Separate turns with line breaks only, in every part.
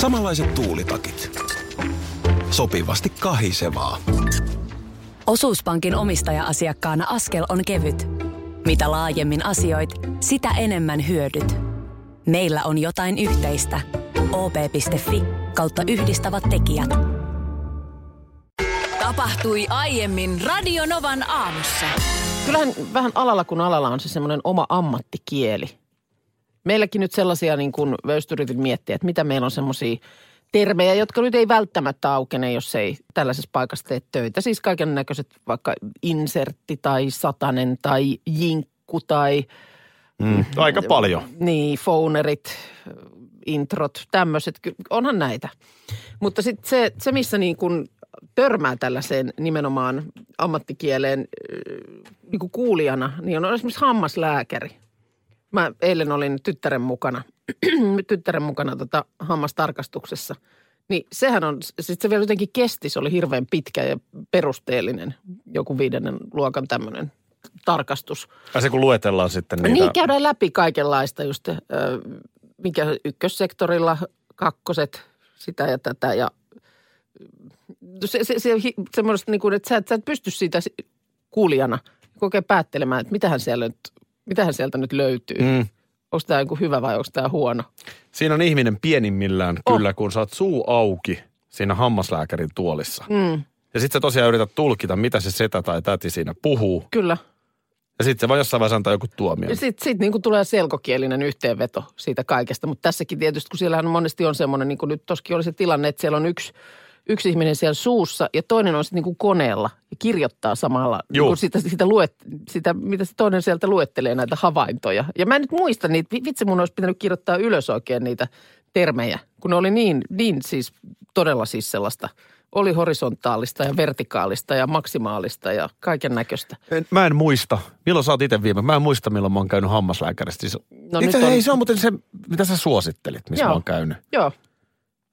Samanlaiset tuulitakit. Sopivasti kahisevaa.
Osuuspankin omistaja-asiakkaana askel on kevyt. Mitä laajemmin asioit, sitä enemmän hyödyt. Meillä on jotain yhteistä. op.fi kautta yhdistävät tekijät. Tapahtui aiemmin Radionovan aamussa.
Kyllähän vähän alalla kun alalla on se semmoinen oma ammattikieli. Meilläkin nyt sellaisia niin kuin just yritin miettiä, että mitä meillä on semmoisia termejä, jotka nyt ei välttämättä aukene, jos ei tällaisessa paikassa tee töitä. Siis kaiken näköiset vaikka insertti tai satanen tai jinkku tai
Mm. Aika paljon.
niin, founerit, introt, tämmöiset. Ky- Onhan näitä. Mutta sitten se, se, missä niin kun törmää tällaiseen nimenomaan ammattikieleen niin kuin kuulijana, niin on esimerkiksi hammaslääkäri. Mä eilen olin tyttären mukana, tyttären mukana tota hammastarkastuksessa. Niin sehän on, sit se vielä jotenkin kesti, se oli hirveän pitkä ja perusteellinen, joku viidennen luokan tämmöinen tarkastus.
Ja se kun luetellaan sitten niitä.
Niin, käydään läpi kaikenlaista just, ö, mikä ykkössektorilla, kakkoset, sitä ja tätä ja no se, se, se, hi- semmoista niin kuin, että sä, et- sä et pysty siitä si- kuulijana kokea päättelemään, että mitähän, siellä nyt, mitähän sieltä nyt löytyy. Mm.
Mm.
Onko tämä joku hyvä vai onko tämä huono?
Siinä on ihminen pienimmillään
On.
oh. kyllä, kun saat suu auki siinä hammaslääkärin tuolissa.
Mm,
Ja sitten sä tosiaan yrität tulkita, mitä se setä tai täti siinä puhuu.
kyllä.
Ja sitten se vaan jossain vaiheessa antaa joku tuomio.
Ja sitten sit niin tulee selkokielinen yhteenveto siitä kaikesta. Mutta tässäkin tietysti, kun siellähän monesti on semmoinen, niin kuin nyt toskin oli se tilanne, että siellä on yksi, yksi ihminen siellä suussa ja toinen on sitten niin koneella ja kirjoittaa samalla niin
Juu.
kuin sitä, sitä, luet, sitä, mitä se toinen sieltä luettelee näitä havaintoja. Ja mä en nyt muista niitä, Vi- vitsi mun olisi pitänyt kirjoittaa ylös oikein niitä termejä, kun ne oli niin, niin siis todella siis sellaista. Oli horisontaalista ja vertikaalista ja maksimaalista ja kaiken näköistä.
En, mä en muista. Milloin sä oot itse viime? Mä en muista, milloin mä oon käynyt hammaslääkäristä. Siis,
No
no, itse,
nyt on-
on... Ei, se on muuten se, mitä sä suosittelit, missä
Joo.
mä oon käynyt.
Joo,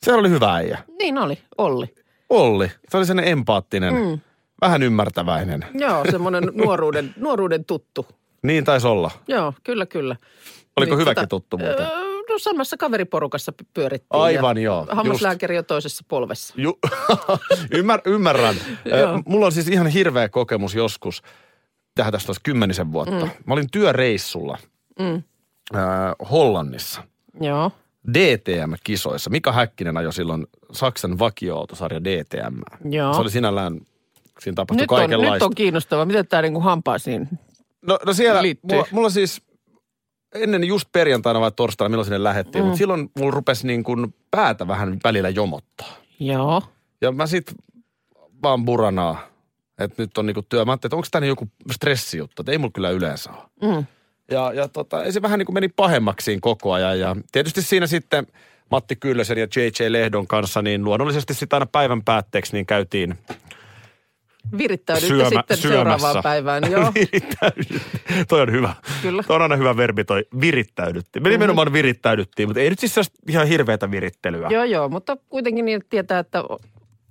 Se oli hyvä äijä.
niin oli, Olli.
Olli. Se oli sellainen empaattinen, mm. vähän ymmärtäväinen.
Joo, semmoinen nuoruuden, nuoruuden tuttu.
Niin taisi olla.
Joo, kyllä, kyllä. Niin,
Oliko hyväkin tuttu muuten?
öö, No samassa kaveriporukassa p- pyörittiin.
Aivan,
ja
joo,
Hammaslääkäri jo toisessa polvessa.
Ju- Ymmär, ymmärrän. Ö,
Joo.
Mulla on siis ihan hirveä kokemus joskus, tähän tästä olisi kymmenisen vuotta. Mm. Mä olin työreissulla
Mm.
äh, Hollannissa
Joo,
DTM-kisoissa. Mika Häkkinen ajoi silloin Saksan vakioautosarja DTM.
Joo.
Se oli sinällään, siinä tapahtui
nyt on,
kaikenlaista.
nyt on kiinnostavaa. Miten tämä niinku hampaisiin?
No, no siellä,
liittyy?
mulla, mulla siis ennen just perjantaina vai torstaina, milloin sinne lähettiin, mm. mutta silloin mulla rupesi niin kuin päätä vähän välillä jomottaa.
Joo.
Ja mä sit vaan buranaa, että nyt on niinku työ. Mä ajattelin, että onko tämä joku stressijuttu, että ei mulla kyllä yleensä ole.
Mm.
Ja, ja tota, ei se vähän niin kuin meni pahemmaksiin koko ajan. Ja tietysti siinä sitten Matti Kyllösen ja JJ Lehdon kanssa, niin luonnollisesti sitä aina päivän päätteeksi niin käytiin
Virittäydytte
Syömä-
sitten
syömässä.
seuraavaan päivään. Joo,
virittäydyttiin. toi on hyvä.
Kyllä. Mhm.
Toi on aina hyvä verbi toi virittäydyttiin. Me nimenomaan virittäydyttiin, mutta ei nyt siis sellaista ihan hirveätä virittelyä.
joo, joo, mutta kuitenkin niin, että tietää, että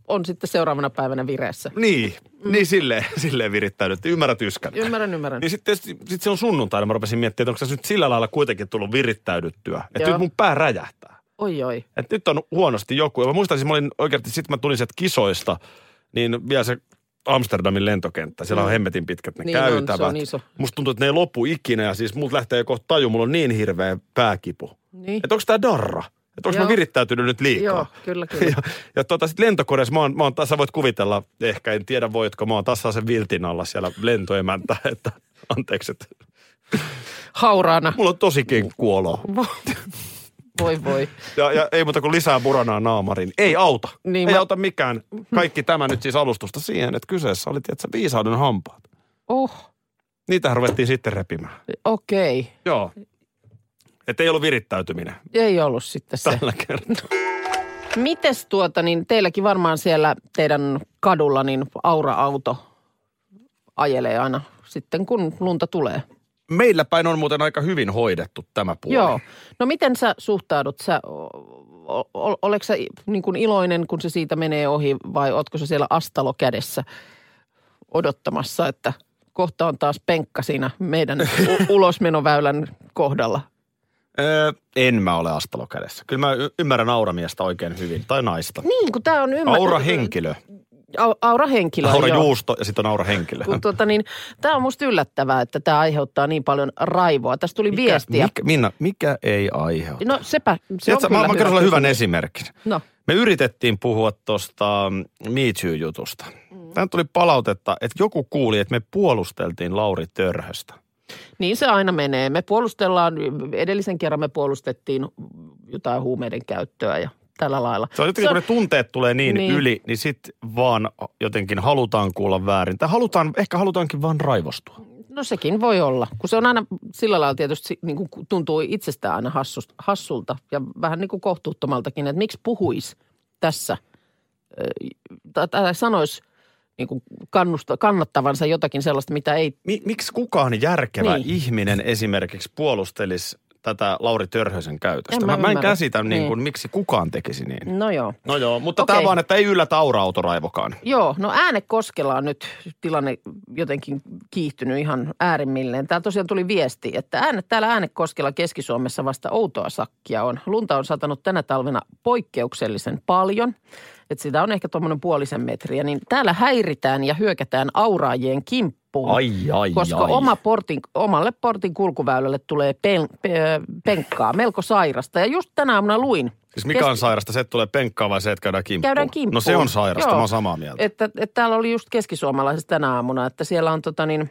on sitten seuraavana päivänä vireessä.
Niin, niin silleen, silleen virittäydyttiin. Ymmärrät yskän.
Ymmärrän, ymmärrän.
Niin sitten sit se on sunnuntaina, mä rupesin miettimään, että onko tässä nyt sillä lailla kuitenkin tullut virittäydyttyä. Että
Joo.
nyt mun pää räjähtää.
Oi, oi.
Että nyt on huonosti joku. Ja mä muistan, siis mä olin oikeasti, sit mä tulin sieltä kisoista, niin vielä se Amsterdamin lentokenttä. Siellä on hemmetin pitkät ne
Niin on,
käytävät.
se on iso.
Musta tuntuu, että ne ei lopu ikinä ja siis muut lähtee joko taju, mulla on niin hirveä pääkipu.
Niin.
Että onko tää darra? Että onko
Joo.
mä virittäytynyt nyt liikaa?
Joo, kyllä, kyllä.
ja, ja tota, sit lentokoneessa mä oon, mä oon taas, sä voit kuvitella, ehkä en tiedä voitko, mä oon taas sen viltin alla siellä lentoemäntä, että anteeksi, että
Hauraana.
mulla on tosikin kuolo.
Voi, voi.
Ja, ja ei muuta kuin lisää buranaa naamariin. Ei auta.
Niin
Niin ei
mä-
mä... auta mikään. Kaikki tämä nyt siis alustusta siihen, että kyseessä oli tietysti viisauden hampaat.
Oh,
Niitähän ruvettiin sitten repimään.
okei.
Joo. Että ei ollut virittäytyminen
Ei ollut sitten se.
tällä kertaa.
Mites tuota, niin teilläkin varmaan siellä teidän kadulla niin aura-auto ajelee aina sitten, kun lunta tulee.
Meillä päin on muuten aika hyvin hoidettu tämä puoli.
Joo. No miten sä suhtaudut? Sä, o- o- oletko sä i- niin kuin iloinen, kun se siitä menee ohi vai ootko sä siellä astalo kädessä odottamassa, että kohta on taas penkka siinä meidän u- ulosmenoväylän kohdalla?
Öö, en mä ole astalo kädessä. Kyllä mä y- ymmärrän auramiestä oikein hyvin, tai naista.
Niin, kun tämä on ymmär...
Aura henkilö,
Au- aura henkilö.
aura
joo.
juusto ja sitten on aura henkilö.
Kun tuota, niin, tämä on musta yllättävää, että tämä aiheuttaa niin paljon raivoa. Tästä tuli viestiä.
Mikä, Minna, mikä ei aiheuta?
No sepä, se
Tiedätkö,
on
mä,
kyllä
mä
hyvä
kerron sulle
kysymys.
hyvän esimerkin.
No,
Me yritettiin puhua tuosta Me Too-jutusta. Mm. Tähän tuli palautetta, että joku kuuli, että me puolusteltiin Lauri Törhöstä.
niin se aina menee. Me puolustellaan, edellisen kerran me puolustettiin jotain huumeiden käyttöä ja tällä lailla.
Se on jotenkin, kun ne tunteet tulee niin,
Niin.
niin. yli, niin sit vaan jotenkin halutaan kuulla väärin. Tai halutaan, ehkä halutaankin vaan raivostua.
No sekin voi olla, kun se on aina sillä lailla tietysti niin kuin tuntuu itsestään aina hassus, hassulta ja vähän niin kuin kohtuuttomaltakin, että miksi puhuisi tässä ö, tai- tai sanoisi niin kuin kannusta, kannattavansa jotakin sellaista, mitä ei
Mi- miksi kukaan järkevä
Niin.
niin. ihminen esimerkiksi puolustelisi tätä Lauri Törhösen käytöstä?
En
En
mä
mä, mä en
ymmärrä.
käsitä, niin
Niin.
kuin, miksi kukaan tekisi niin.
No joo.
No joo, mutta
Okei.
tämä vaan, että ei yllätä aura-autoraivokaan.
Joo, no äänekoskella on nyt tilanne jotenkin kiihtynyt ihan äärimmilleen. Täällä tosiaan tuli viesti, että äänet, täällä äänekoskella Keski-Suomessa vasta outoa sakkia on. Lunta on satanut tänä talvena poikkeuksellisen paljon, että sitä on ehkä tuommoinen puolisen metriä. Niin täällä häiritään ja hyökätään auraajien kimppuun.
Ai, ai,
Koska
ai.
oma portin, omalle portin kulkuväylälle tulee pen, pe, penkkaa, melko sairasta. Ja just tänä aamuna luin.
Siis mikä on sairasta? Se, että tulee penkkaa vai se, että käydään kimppuun?
Käydään kimppuun.
No se on sairasta,
Joo.
mä oon samaa mieltä.
Että, että täällä oli just keskisuomalaisessa tänä aamuna, että siellä on tota niin,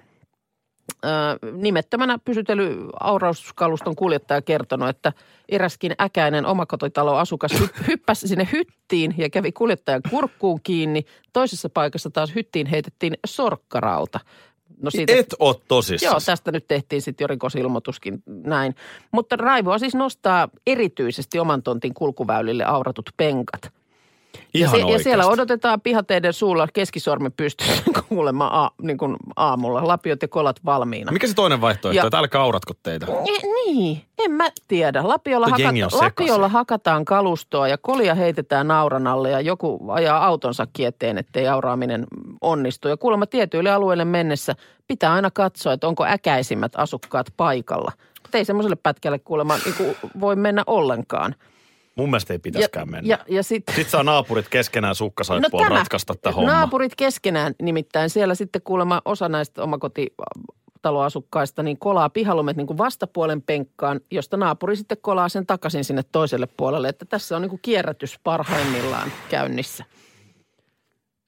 ö, nimettömänä pysytely aurauskaluston kuljettaja kertonut, että eräskin äkäinen omakotitaloasukas hy- hyppäsi sinne hyttiin ja kävi kuljettajan kurkkuun kiinni. Toisessa paikassa taas hyttiin heitettiin sorkkarauta. No
Et oo tosissaan.
Joo, tästä nyt tehtiin sitten jo rikosilmoituskin näin. Mutta raivoa siis nostaa erityisesti oman tontin kulkuväylille auratut penkat.
Ihan
ja, se, ja siellä
oikeasti.
odotetaan pihateiden suulla keskisormi pystyssä kuulemma a, niin kuin aamulla. Lapiot ja kolat valmiina.
Mikä se toinen vaihtoehto,
Ja-
ja... että älkää auratko teitä?
E, niin, en mä tiedä. Lapiolla,
Tuo jengi
hakata,
on sekaisin.
lapiolla hakataan kalustoa ja kolia heitetään nauran alle ja joku ajaa autonsa kieteen, ettei auraaminen onnistu. Ja kuulemma tietyille alueille mennessä pitää aina katsoa, että onko äkäisimmät asukkaat paikalla. Et Ei semmoiselle pätkälle kuulemma niin kuin voi mennä ollenkaan.
Mun mielestä ei pitäisikään mennä.
ja, ja sitten...
Sitten saa naapurit keskenään sukkasaippuun no ratkaista tämä homma.
Naapurit keskenään nimittäin. Siellä sitten kuulemma osa näistä omakotitaloasukkaista niin kolaa pihalumet niin kuin vastapuolen penkkaan, josta naapuri sitten kolaa sen takaisin sinne toiselle puolelle. Että tässä on niin kuin kierrätys parhaimmillaan käynnissä.
Niin,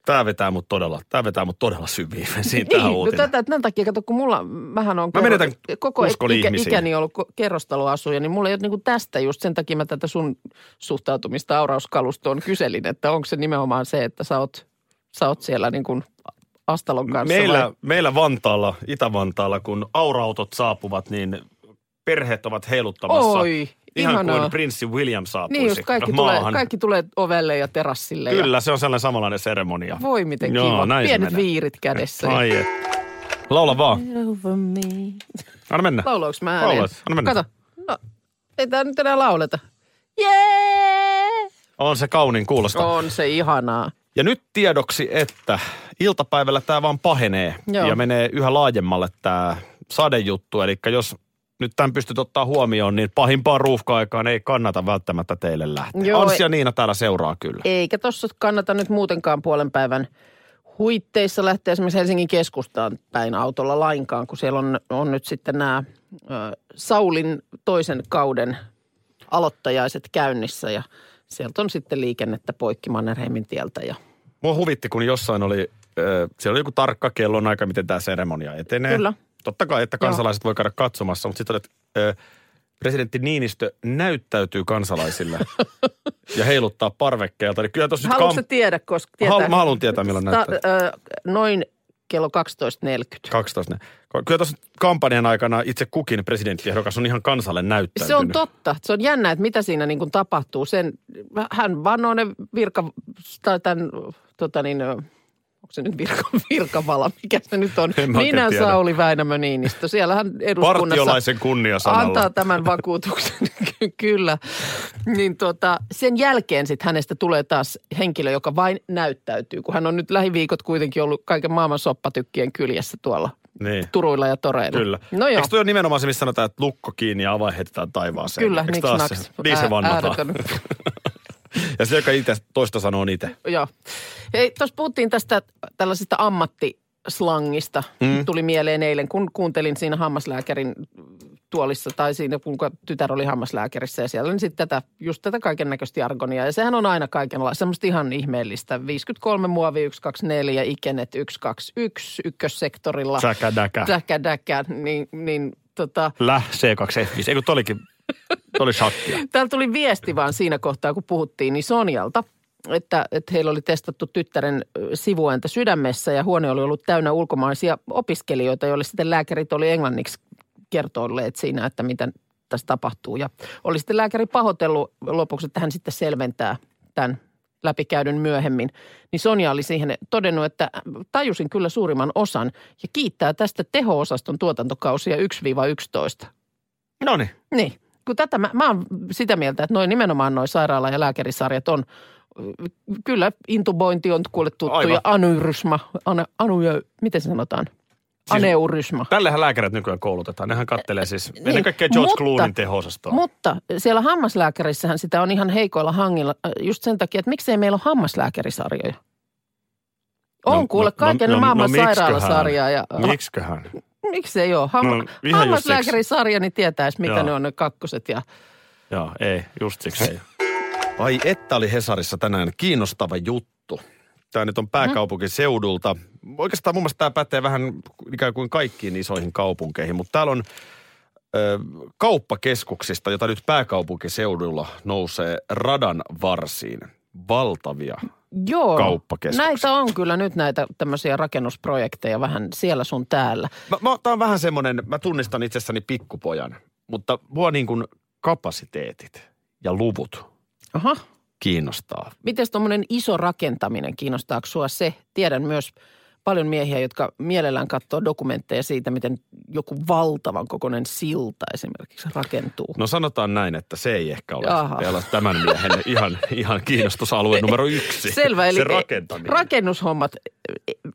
Tämä vetää mut todella, tää vetää mut todella syviin vesiin tähän
no
uutinen.
tätä, tämän takia, kato, kun mulla vähän on
Mä menetän
koko
uskoni
ikä,
ihmisiin.
ikäni ollut ko- kerrostaloasuja, niin mulla ei ole niin kuin tästä just sen takia mä tätä sun suhtautumista aurauskalustoon kyselin, että onko se nimenomaan se, että sä oot, sä oot siellä niin kuin Astalon kanssa vai?
Meillä, meillä Vantaalla, Itä-Vantaalla, kun aurautot saapuvat, niin perheet ovat heiluttamassa.
Oi,
ihan
ihanaa.
kuin prinssi William saapuisi
Niin just, kaikki tulee,
maahan.
kaikki tulee ovelle ja terassille.
Kyllä, se on sellainen samanlainen seremonia.
Ja, voi miten
Joo,
kiva.
näin se
Pienet
menee.
viirit kädessä.
Ai et. Laula vaan.
Over me.
Anna mennä.
Laulauks mä ääneen?
Laulat. Anna mennä.
Kato. No, ei tää nyt enää lauleta. Jee!
On se kaunin kuulosta.
On se ihanaa.
Ja nyt tiedoksi, että iltapäivällä tämä vaan pahenee
Joo.
Joo. ja menee yhä laajemmalle tämä sadejuttu. Eli jos nyt tämän pystyt ottaa huomioon, niin pahimpaan ruuhka-aikaan ei kannata välttämättä teille lähteä.
Joo,
Joo, Anssi ja Niina täällä seuraa kyllä.
Eikä tossa kannata nyt muutenkaan puolen päivän huitteissa lähteä esimerkiksi Helsingin keskustaan päin autolla lainkaan, kun siellä on, on nyt sitten nämä ö, Saulin toisen kauden aloittajaiset käynnissä ja sieltä on sitten liikennettä poikki Mannerheimin tieltä ja
Mua huvitti, kun jossain oli, äh, siellä oli joku tarkka kellonaika, miten tämä seremonia etenee.
Kyllä.
Totta kai, että kansalaiset voi käydä katsomassa, mutta sitten oli, että äh, presidentti Niinistö näyttäytyy kansalaisille ja heiluttaa parvekkeelta. Eli kyllä tuossa nyt
Haluatko sä
kam-
tiedä, koska tietää?
Halu- mä haluan tietää, milloin näyttää.
ö, Noin kello 12.40.
12. Kyllä tuossa kampanjan aikana itse kukin presidenttiehdokas on ihan kansalle näyttäytynyt.
Se on totta. Se on jännä, että mitä siinä niin kuin tapahtuu. Sen, hän vannoo ne virka, tai tämän, tota niin, ö, onko se nyt virka, virkavala, mikä se nyt on?
En mä oikein
Minä
tiedä.
Sauli Väinämö Niinistö. Siellähän eduskunnassa
Partiolaisen kunniasanalla.
antaa tämän vakuutuksen, ky- kyllä. Niin tota, sen jälkeen sitten hänestä tulee taas henkilö, joka vain näyttäytyy, kun hän on nyt lähiviikot kuitenkin ollut kaiken maailman soppatykkien kyljessä tuolla
Niin.
turuilla ja toreilla.
Kyllä.
No joo.
Eikö toi ole nimenomaan se, missä sanotaan, että lukko kiinni ja avain heitetään taivaaseen?
Kyllä,
Eikö
niks
taas
naks.
se? Niin se
Ää-
vannataan.
ääretön.
ja se, joka itse toista sanoo on itse.
Joo. Hei, tuossa puhuttiin tästä tällaisesta ammattislangista. Mm. Tuli mieleen eilen, kun kuuntelin siinä hammaslääkärin tuolissa tai siinä, kun tytär oli hammaslääkärissä ja siellä, niin sitten tätä, just tätä kaiken näköistä jargonia. Ja sehän on aina kaikenlaista, semmoista ihan ihmeellistä. 53 muovi 124, ikenet 121, ykkössektorilla.
Säkä, däkä.
Säkä, däkä, niin, niin tota,
Läh, C2F5. Eikö tolikin, toli shakkia.
Täällä tuli viesti vaan siinä kohtaa, kun puhuttiin, niin Sonjalta, että, että heillä oli testattu tyttären ö, sivuääntä sydämessä ja huone oli ollut täynnä ulkomaisia opiskelijoita, joille sitten lääkärit oli englanniksi kertoilleet siinä, että mitä tässä tapahtuu. Ja oli sitten lääkäri pahoitellut lopuksi, että hän sitten selventää tämän läpikäydyn myöhemmin. Niin Sonja oli siihen todennut, että tajusin kyllä suurimman osan ja kiittää tästä teho-osaston tuotantokausia 1-11.
No niin.
Niin, kun tätä mä, mä oon sitä mieltä, että noin nimenomaan noin sairaala- ja lääkärisarjat on, kyllä intubointi on kuule tuttu
Aivan.
ja anyrysma, an, anu, miten se sanotaan?
Siis-
Aneurysma.
Tällähän lääkärit nykyään koulutetaan. Nehän kattelee siis niin, ennen kaikkea George
Äh, mutta-
Cloonin teho-osastoa.
Mutta siellä hammaslääkärissähän sitä on ihan heikoilla hangilla äh, just sen takia, että miksei meillä ole hammaslääkärisarjoja. On
No,
kuule
no,
kaiken
no, no,
maailman
no, miksiköhän?
sairaalasarjaa ja
Miksiköhän?
miksei ole. Ham, no,
No, ihan just
hammaslääkärisarja, niin tietäisi mitä
Joo.
ne on ne kakkoset ja
Joo, ei, just siksi ei. Ai että oli Hesarissa tänään kiinnostava juttu. Tämä nyt on pääkaupunkiseudulta. Oikeastaan mun mielestä tämä pätee vähän ikään kuin kaikkiin isoihin kaupunkeihin, mutta täällä on ö, kauppakeskuksista, jota nyt pääkaupunkiseudulla nousee radan varsiin. Valtavia.
Joo.
kauppakeskuksia.
Näitä on kyllä nyt näitä tämmöisiä rakennusprojekteja vähän siellä sun täällä.
Mä, mä, tää on vähän semmoinen, mä tunnistan itsessäni pikkupojan, mutta mua niin kuin kapasiteetit ja luvut
Aha.
kiinnostaa.
Miten tuommoinen iso rakentaminen, kiinnostaako sua se? Tiedän myös paljon miehiä, jotka mielellään katsoo dokumentteja siitä, miten joku valtavan kokoinen silta esimerkiksi rakentuu.
No sanotaan näin, että se ei ehkä ole
Jaha.
vielä tämän miehen ihan, ihan kiinnostusalue numero yksi.
Selvä, eli
siis se rakentaminen.
rakennushommat,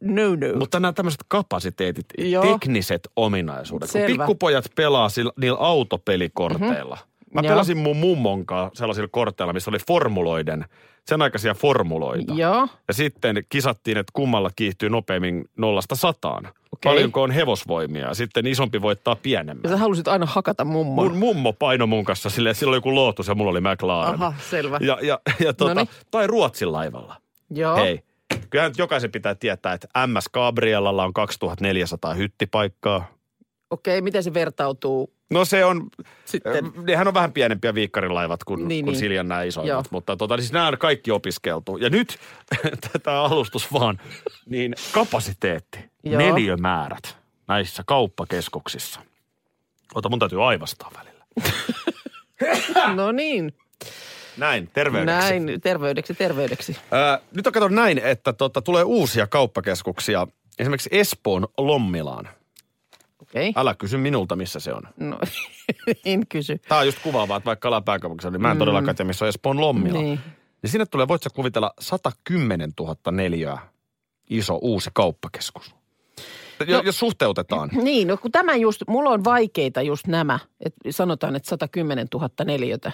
no no. Mut,
Mutta nämä tämmöiset kapasiteetit,
Joo.
Joo. tekniset ominaisuudet. Kun
Selvä.
pikkupojat pelaa sillä, niillä autopelikorteilla. Mm-hmm. Mä
Mhm. Joo.
pelasin mun mummon kanssa sellaisilla korteilla, missä oli formuloiden, sen aikaisia formuloita.
Joo,
Ja sitten kisattiin, että kummalla kiihtyy nopeammin nollasta sataan. Okay.
Okei.
Paljonko on hevosvoimia. Sitten isompi voittaa
ja
pienemmän.
sä halusit aina hakata mummon.
Mun mummo paino mun kanssa silleen, sillä oli joku lootus ja mulla oli McLaren.
Aha, selvä.
Ja, ja, ja tuota,
Noniin. No.
tai Ruotsin laivalla.
Joo.
Hei, kyllähän nyt jokaisen pitää tietää, että MS Gabrielalla on 2400 hyttipaikkaa.
Okei, miten se vertautuu
No se on,
sitten?
äh, nehän on vähän pienempiä viikkarilaivat kuin,
Niin,
niin, kuin
niin.
niin. Siljan nämä isoimmat,
Joo.
Joo. mutta tota, siis nämä on kaikki opiskeltu. Ja nyt tätä alustus vaan, niin kapasiteetti,
Joo.
Joo. neliömäärät näissä kauppakeskuksissa. Ota, mun täytyy aivastaa välillä. Äh!
No niin,
Näin, terveydeksi.
näin, terveydeksi, terveydeksi.
Öö, nyt on kato näin, että tota, tulee uusia kauppakeskuksia. Esimerkiksi Espoon Lommilaan.
Okei.
Älä kysy minulta, missä se on.
No, en kysy.
Tämä on just kuvaavaa, että vaikka ollaan pääkaupunkissa, niin mä en mm. todellakaan tiedä, missä on Espoon Lommila.
Niin.
Niin. niin sinne tulee, voit sä kuvitella, 110 000 neliöä iso uusi kauppakeskus. No. Jos suhteutetaan.
Niin, no kun tämä just, mulla on vaikeita just nämä, että sanotaan, että 110 000 neliötä.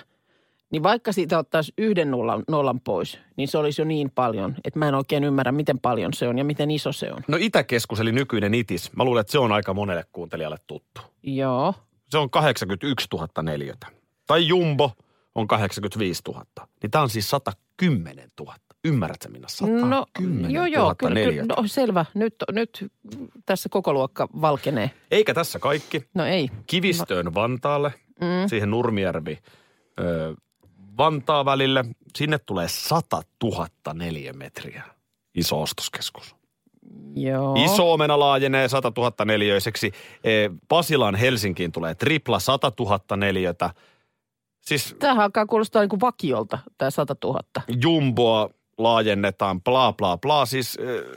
Niin vaikka siitä ottaisi yhden nollan, nollan pois, niin se olisi jo niin paljon, että mä en oikein ymmärrä, miten paljon se on ja miten iso se on.
No Itäkeskus, eli nykyinen ITIS, mä luulen, että se on aika monelle kuuntelijalle tuttu.
Joo,
Se on 81 000 neliötä. Tai Jumbo on 85 000. Niin tämä on siis 110 000. Ymmärrätkö minä? 110
no
000
joo, joo, kyllä, kyllä,
neliötä.
no selvä. Nyt, nyt tässä koko luokka valkenee.
Eikä tässä kaikki.
No ei,
Kivistöön Vantaalle, mm. siihen Nurmijärvi ö, Vantaa välille. Sinne tulee 100 000 neliömetriä. Iso ostoskeskus.
joo.
Iso omena laajenee 100 000 neliöiseksi. Ee, Pasilan Helsinkiin tulee tripla 100 000 neliötä. Siis
Tämähän alkaa kuulostaa niin kuin vakiolta, tämä 100 000.
jumboa laajennetaan, bla bla bla. Siis, ö,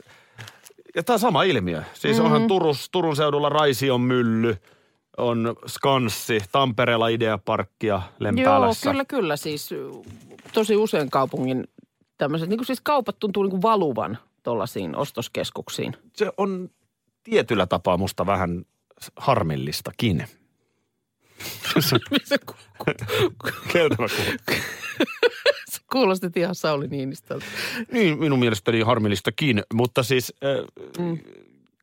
ja tämä sama ilmiö. Siis
Mhm.
mm-hmm. onhan Turus, Turun seudulla Raision mylly, on Skanssi, Tampereella Ideaparkkia, Lempäälässä.
Joo, kyllä, kyllä. Siis tosi usein kaupungin niinku tämmöiset, niin kuin siis kaupat tuntuu niin kuin valuvan tuollaisiin ostoskeskuksiin.
Se on tietyllä tapaa musta vähän harmillistakin.
Se ku-
Käydään vaikka.
se kuulostit ihan Sauli Niinistöltä. No,
Niin, minun mielestäni harmillistakin, mutta siis äh, mm.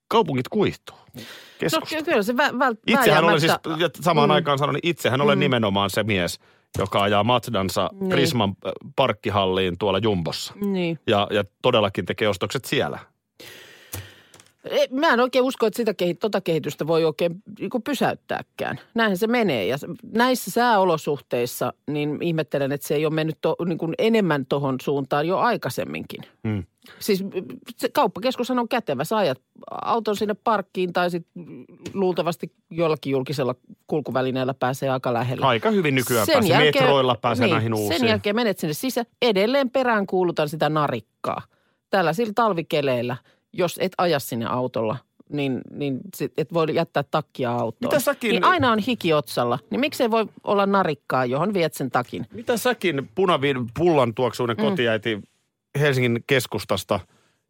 kaupungit kuihtuu.
No
Keskusta.
ky- kyllä se vä, väl,
Itsehän olen siis,
vääjäämättä-
ja samaan aikaan sanon, niin itsehän olen nimenomaan se mies, joka ajaa Mazdansa
Niin.
Prisman äh, parkkihalliin tuolla Jumbossa.
Niin.
Ja, ja todellakin tekee ostokset siellä.
Ei, E, Mä en oikein usko, että sitä kehi- tota kehitystä voi oikein niin kuin pysäyttääkään. Näinhän se menee ja se- näissä sääolosuhteissa niin ihmettelen, että se ei ole mennyt to, niin kuin enemmän tuohon suuntaan jo aikaisemminkin.
Mm.
Siis mm, se kauppakeskushan on kätevä. Sä ajat auton sinne parkkiin tai sitten luultavasti jollakin julkisella kulkuvälineellä pääsee aika lähelle.
Aika hyvin nykyään sen pääsee. Jälkeen, Metroilla pääsee niin, näihin uusiin.
Sen jälkeen menet sinne sisään. Edelleen perään kuulutan sitä narikkaa. Tällaisilla talvikeleillä, jos et aja sinne autolla, niin, niin sit et voi jättää takkia autoon.
Mitä säkin-
Niin aina on hiki otsalla. Niin miksei voi olla narikkaa, johon viet sen takin?
Mitä säkin punavin pullan tuoksuinen mm. kotiäiti Helsingin keskustasta,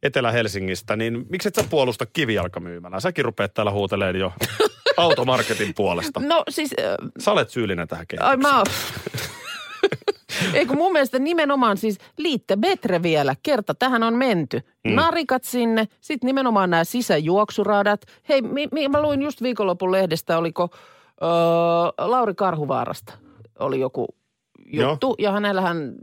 Etelä-Helsingistä, niin miksi et sä puolusta kivijalkamyymälää? Säkin rupeat täällä huuteleen jo automarketin puolesta.
No siis, äh,
Sä olet syyllinen tähän
ai
kehitykseen.
mä oon... Eikö mun mielestä nimenomaan siis liitte betre vielä, kerta tähän on menty. Mm. Narikat sinne, sitten nimenomaan nämä sisäjuoksuradat. Hei, mi, mi, mä luin just viikonlopun lehdestä, oliko öö, Lauri Karhuvaarasta oli joku
Joo.
juttu. Ja hänellähän,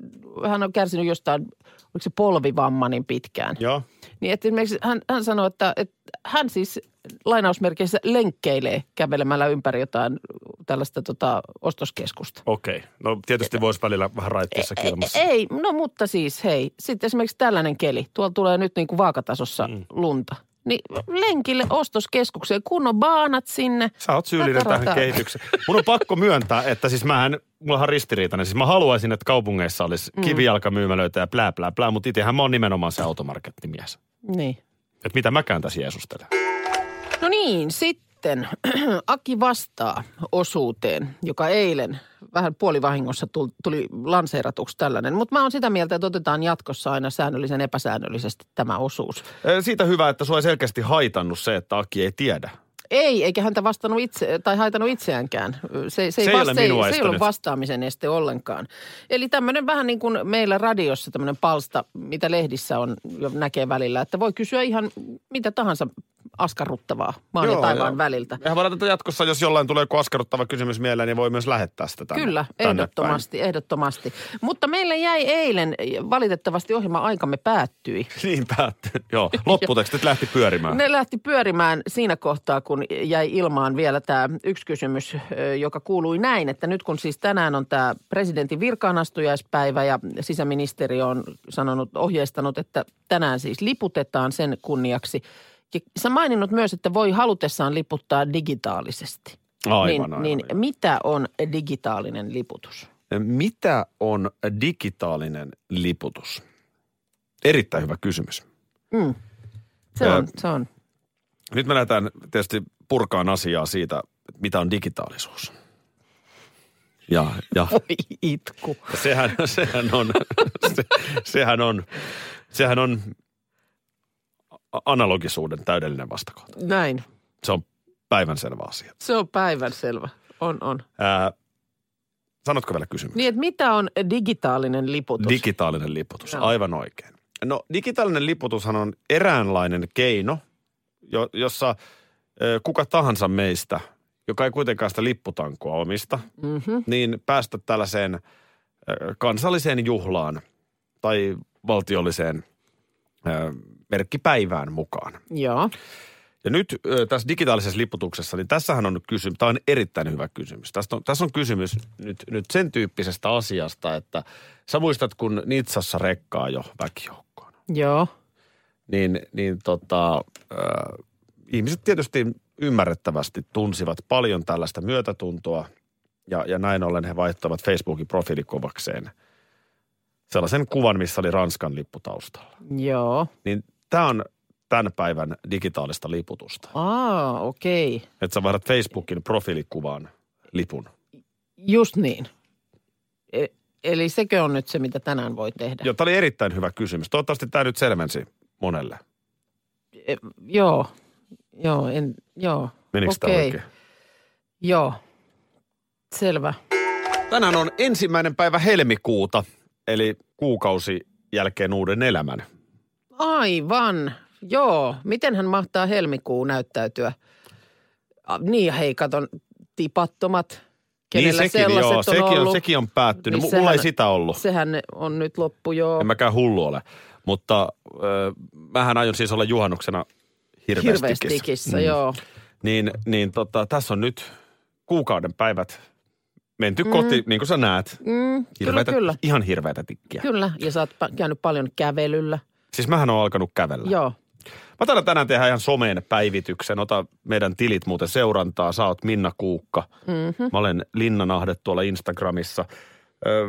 hän on kärsinyt jostain, oliko se polvivamma niin pitkään.
Joo.
Niin että esimerkiksi hän, hän sanoi, että, että hän siis lainausmerkeissä lenkkeilee kävelemällä ympäri jotain tällaista tota, ostoskeskusta.
Okei. Okay. No tietysti voisi välillä vähän raittiessa kilmassa.
Ei, ei, no mutta siis hei, sitten esimerkiksi tällainen keli, tuolla tulee nyt niin kuin vaakatasossa mm. lunta. Niin lenkille ostoskeskukseen, kunnon baanat sinne.
Sä oot syyllinen
Tätä
tähän
rataa.
kehitykseen. Mun on pakko myöntää, että siis mähän, mullahan on ristiriitainen. Siis mä haluaisin, että kaupungeissa olisi mm. kivijalkamyymälöitä ja plää plää plää, mutta itsehän mä oon nimenomaan se automarkettimies.
Niin.
Että mitä mäkään tässä jeesustelen.
No niin, sitten Aki vastaa osuuteen, joka eilen vähän puolivahingossa tuli, tuli lanseeratuksi tällainen. Mutta mä oon sitä mieltä, että otetaan jatkossa aina säännöllisen epäsäännöllisesti tämä osuus.
Eh, Siitä hyvä, että sua ei selkeästi haitannut se, että Aki ei tiedä.
Ei, eikä häntä vastannut itse, tai haitanut itseäänkään. Se, se,
ei
ei,
ole
vasta, se, ei,
minua
se ei ollut
estänyt.
vastaamisen este ollenkaan. Eli tämmöinen vähän niin kuin meillä radiossa tämmöinen palsta, mitä lehdissä on jo näkee välillä, että voi kysyä ihan mitä tahansa askarruttavaa maan ja
Joo,
taivaan
joo.
väliltä.
Mehän voidaan tätä jatkossa, jos jollain tulee joku askarruttava kysymys mieleen, niin voi myös lähettää sitä tänne,
Kyllä,
tänne
ehdottomasti, ehdottomasti. Mutta meillä jäi eilen, valitettavasti ohjelma-aikamme päättyi.
Päin. Niin päättyy. Joo, lopputekstit lähti pyörimään.
Ne lähti pyörimään siinä kohtaa, kun jäi ilmaan vielä tämä yksi kysymys, ö, joka kuului näin, että nyt kun siis tänään on tämä presidentin virkaanastujaispäivä ja sisäministeri on sanonut, ohjeistanut, että tänään siis liputetaan sen kunniaksi. Ja sä maininnut myös, että voi halutessaan liputtaa digitaalisesti.
Aivan,
niin,
aivan,
niin
aivan.
mitä on digitaalinen liputus?
Mitä on digitaalinen liputus? Erittäin hyvä kysymys.
Mm. Se
Ö,
on, se on.
Nyt me lähdetään tietysti purkaan asiaa siitä, että mitä on digitaalisuus. Ja, ja
Voi itku.
sehän, sehän on, se, sehän on, sehän on a- analogisuuden täydellinen vastakohta.
Näin.
Se on päivänselvä asia.
Se on päivänselvä. On, on.
Ää, sanotko vielä kysymys?
Niin, että mitä on digitaalinen liputus?
Digitaalinen liputus,
Joo.
aivan oikein. No digitaalinen liputushan on eräänlainen keino, jo, jossa ö, kuka tahansa meistä, joka ei kuitenkaan sitä lipputankoa omista,
mm-hmm.
niin päästä tällaiseen ö, kansalliseen juhlaan tai valtiolliseen ö, merkkipäivään mukaan.
Joo.
Ja nyt ö, tässä digitaalisessa liputuksessa, niin tässähän on nyt kysymys, tämä on erittäin hyvä kysymys. Tästä on, tässä on kysymys nyt, nyt sen tyyppisestä asiasta, että sä muistat, kun Nitsassa rekkaa jo väkijoukkoon,
Joo.
niin, niin tota, äh, ihmiset tietysti ymmärrettävästi tunsivat paljon tällaista myötätuntoa ja, ja näin ollen he vaihtoivat Facebookin profiilikuvakseen sellaisen kuvan, missä oli Ranskan lippu taustalla.
Joo.
Niin tämä on tämän päivän digitaalista liputusta
Aa, okei. Okay.
että sä vaihdat Facebookin profiilikuvaan lipun.
Just niin. E- eli sekö on nyt se, mitä tänään voi tehdä?
Joo, tämä oli erittäin hyvä kysymys. Toivottavasti tämä nyt selvensi monelle.
E- joo. Joo, en, joo.
Menikö okay.
Okei.
oikein?
Joo. Selvä.
Tänään on ensimmäinen päivä helmikuuta, eli kuukausi jälkeen uuden elämän. Niin
Aivan. Joo. Miten hän mahtaa helmikuu näyttäytyä? A, niin ja hei, katon, tipattomat. Kenellä
niin sekin,
sellaiset
joo,
on
sekin,
ollut.
On, sekin on päättynyt.
Niin
Niin Mulla ei
sehän-
sitä ollut.
Sehän on nyt loppu, joo.
En mäkään hullu ole. Mutta ö, mähän aion siis olla juhannuksena hirveästi. Mm.
Hirveästikissä, joo.
Niin, niin tota, tässä on nyt kuukauden päivät menty mm. kohti, niin kuin sä näet.
Mm, kyllä,
Hirveätä,
kyllä.
Ihan hirveätä tikkiä. Kyllä.
Kyllä, ja sä oot pa- käynyt paljon kävelyllä.
Siis mähän on alkanut kävellä.
Joo.
Mä taidan tänään tehdä ihan someen päivityksen. Ota meidän tilit muuten seurantaa. Sä oot Minna Kuukka.
Mhm.
Mm-hmm. Mä olen Linnanahde tuolla Instagramissa. Ö,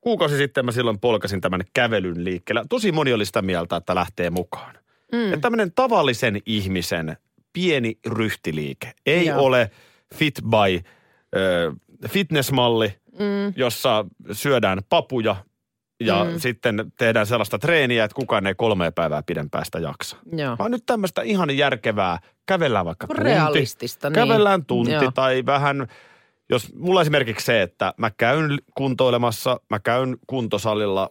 kuukausi sitten mä silloin polkasin tämän kävelyn liikkeellä. Tosi moni oli sitä mieltä, että lähtee mukaan. Mm. Että tämmöinen tavallisen ihmisen pieni ryhtiliike. Ei
Joo.
Joo. ole fit by ö, fitnessmalli,
Mm,
jossa syödään papuja ja
Mm.
mm. sitten tehdään sellaista treeniä, että kukaan ei kolme päivää pidempään sitä jaksa
joo.
vaan nyt tämmöistä ihan järkevää, kävellään vaikka tunti.
Realistista, niin.
Kävellään tunti
Joo.
tai vähän, jos mulla esimerkiksi se, että mä käyn kuntoilemassa, mä käyn kuntosalilla,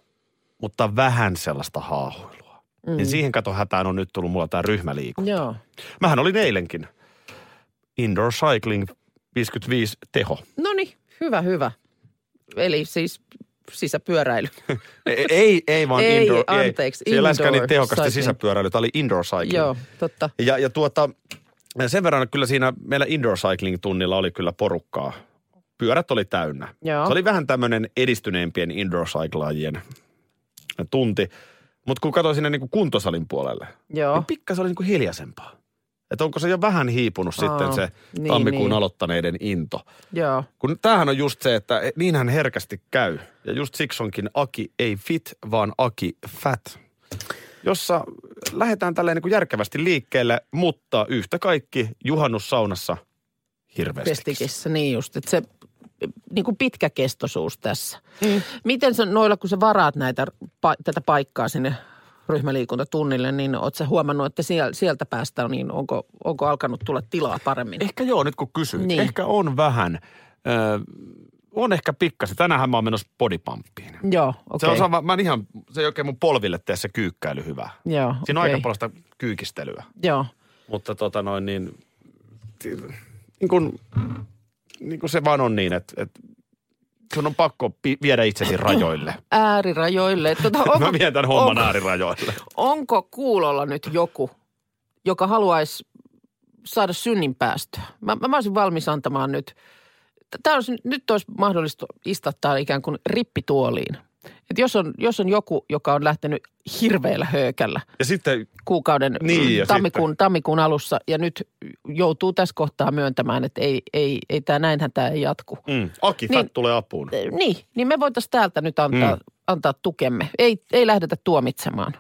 mutta vähän sellaista haahuilua. Mm. Niin siihen kato hätään on nyt tullut mulla tämä ryhmäliiku.
Joo.
Mähän olin eilenkin. Indoor Cycling 55 teho.
No niin, hyvä, hyvä. Eli siis sisäpyöräily.
Ei, ei, ei vaan
Ei,
indoor.
anteeksi,
Ei. Se ei läheskään
indoor
niin tehokasta
cycling.
sisäpyöräilyä. Tämä oli indoor cycling.
Joo, totta.
Ja, ja tuota, sen verran kyllä siinä meillä indoor cycling tunnilla oli kyllä porukkaa. Pyörät oli täynnä.
Joo.
Se oli vähän tämmöinen edistyneempien indoor cyclaajien tunti. Mutta kun katsoin sinne niinku kuntosalin puolelle,
Joo.
niin pikkasen oli niinku hiljaisempaa. Että onko se jo vähän hiipunut
Aa,
sitten se
niin,
tammikuun
niin.
aloittaneiden into.
Joo.
Kun tämähän on just se, että niinhän herkästi käy. Ja just siksi onkin Aki ei fit, vaan Aki fat. Jossa lähdetään tälleen niin kuin järkevästi liikkeelle, mutta yhtä kaikki juhannussaunassa hirveästi.
Pestikissä, niin just. Että se niin kuin pitkäkestoisuus tässä. Mm. Miten sä noilla, kun sä varaat näitä, pa, tätä paikkaa sinne ryhmäliikuntatunnille, niin oot sä huomannut, että siel- sieltä päästä on, niin onko, onko alkanut tulla tilaa paremmin?
Ehkä joo, nyt kun kysyt.
Niin.
Niin. Ehkä on vähän. Ö, on ehkä pikkasen. Tänähän mä oon menossa bodypumppiin.
Joo,
Se
Mm, okei.
on sama, mä en ihan, se ei oikein mun polville tee se kyykkäily hyvää.
Joo,
Siinä on
okei.
aika paljon sitä kyykistelyä.
Joo,
Mutta tota noin niin, niin kuin, niin kuin se vaan on niin, että, että sun on pakko pi- viedä itsesi rajoille.
äärirajoille. Tota, onko,
Mä vien tämän homman
onko-
äärirajoille.
Onko kuulolla nyt joku, joka haluaisi saada synnin päästöä? Mä, mä, mä olisin valmis antamaan nyt. Tämä olisi, nyt olisi mahdollista istattaa ikään kuin rippituoliin. Et jos, on, jos on joku, joka on lähtenyt hirveällä höökällä
Ja sitten,
kuukauden
Niin, ja
tammikuun, tammikuun alussa ja nyt joutuu tässä kohtaa myöntämään, että ei, ei, ei tämä näinhän tämä ei jatku.
mm, Aki
Niin.
niin. tulee apuun.
Niin, niin me voitaisiin täältä nyt antaa, mm. antaa tukemme. Ei, ei lähdetä tuomitsemaan.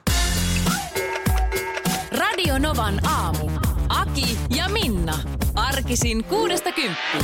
Radio Novan aamu. Aki ja Minna. Arkisin kuudesta kymppiin.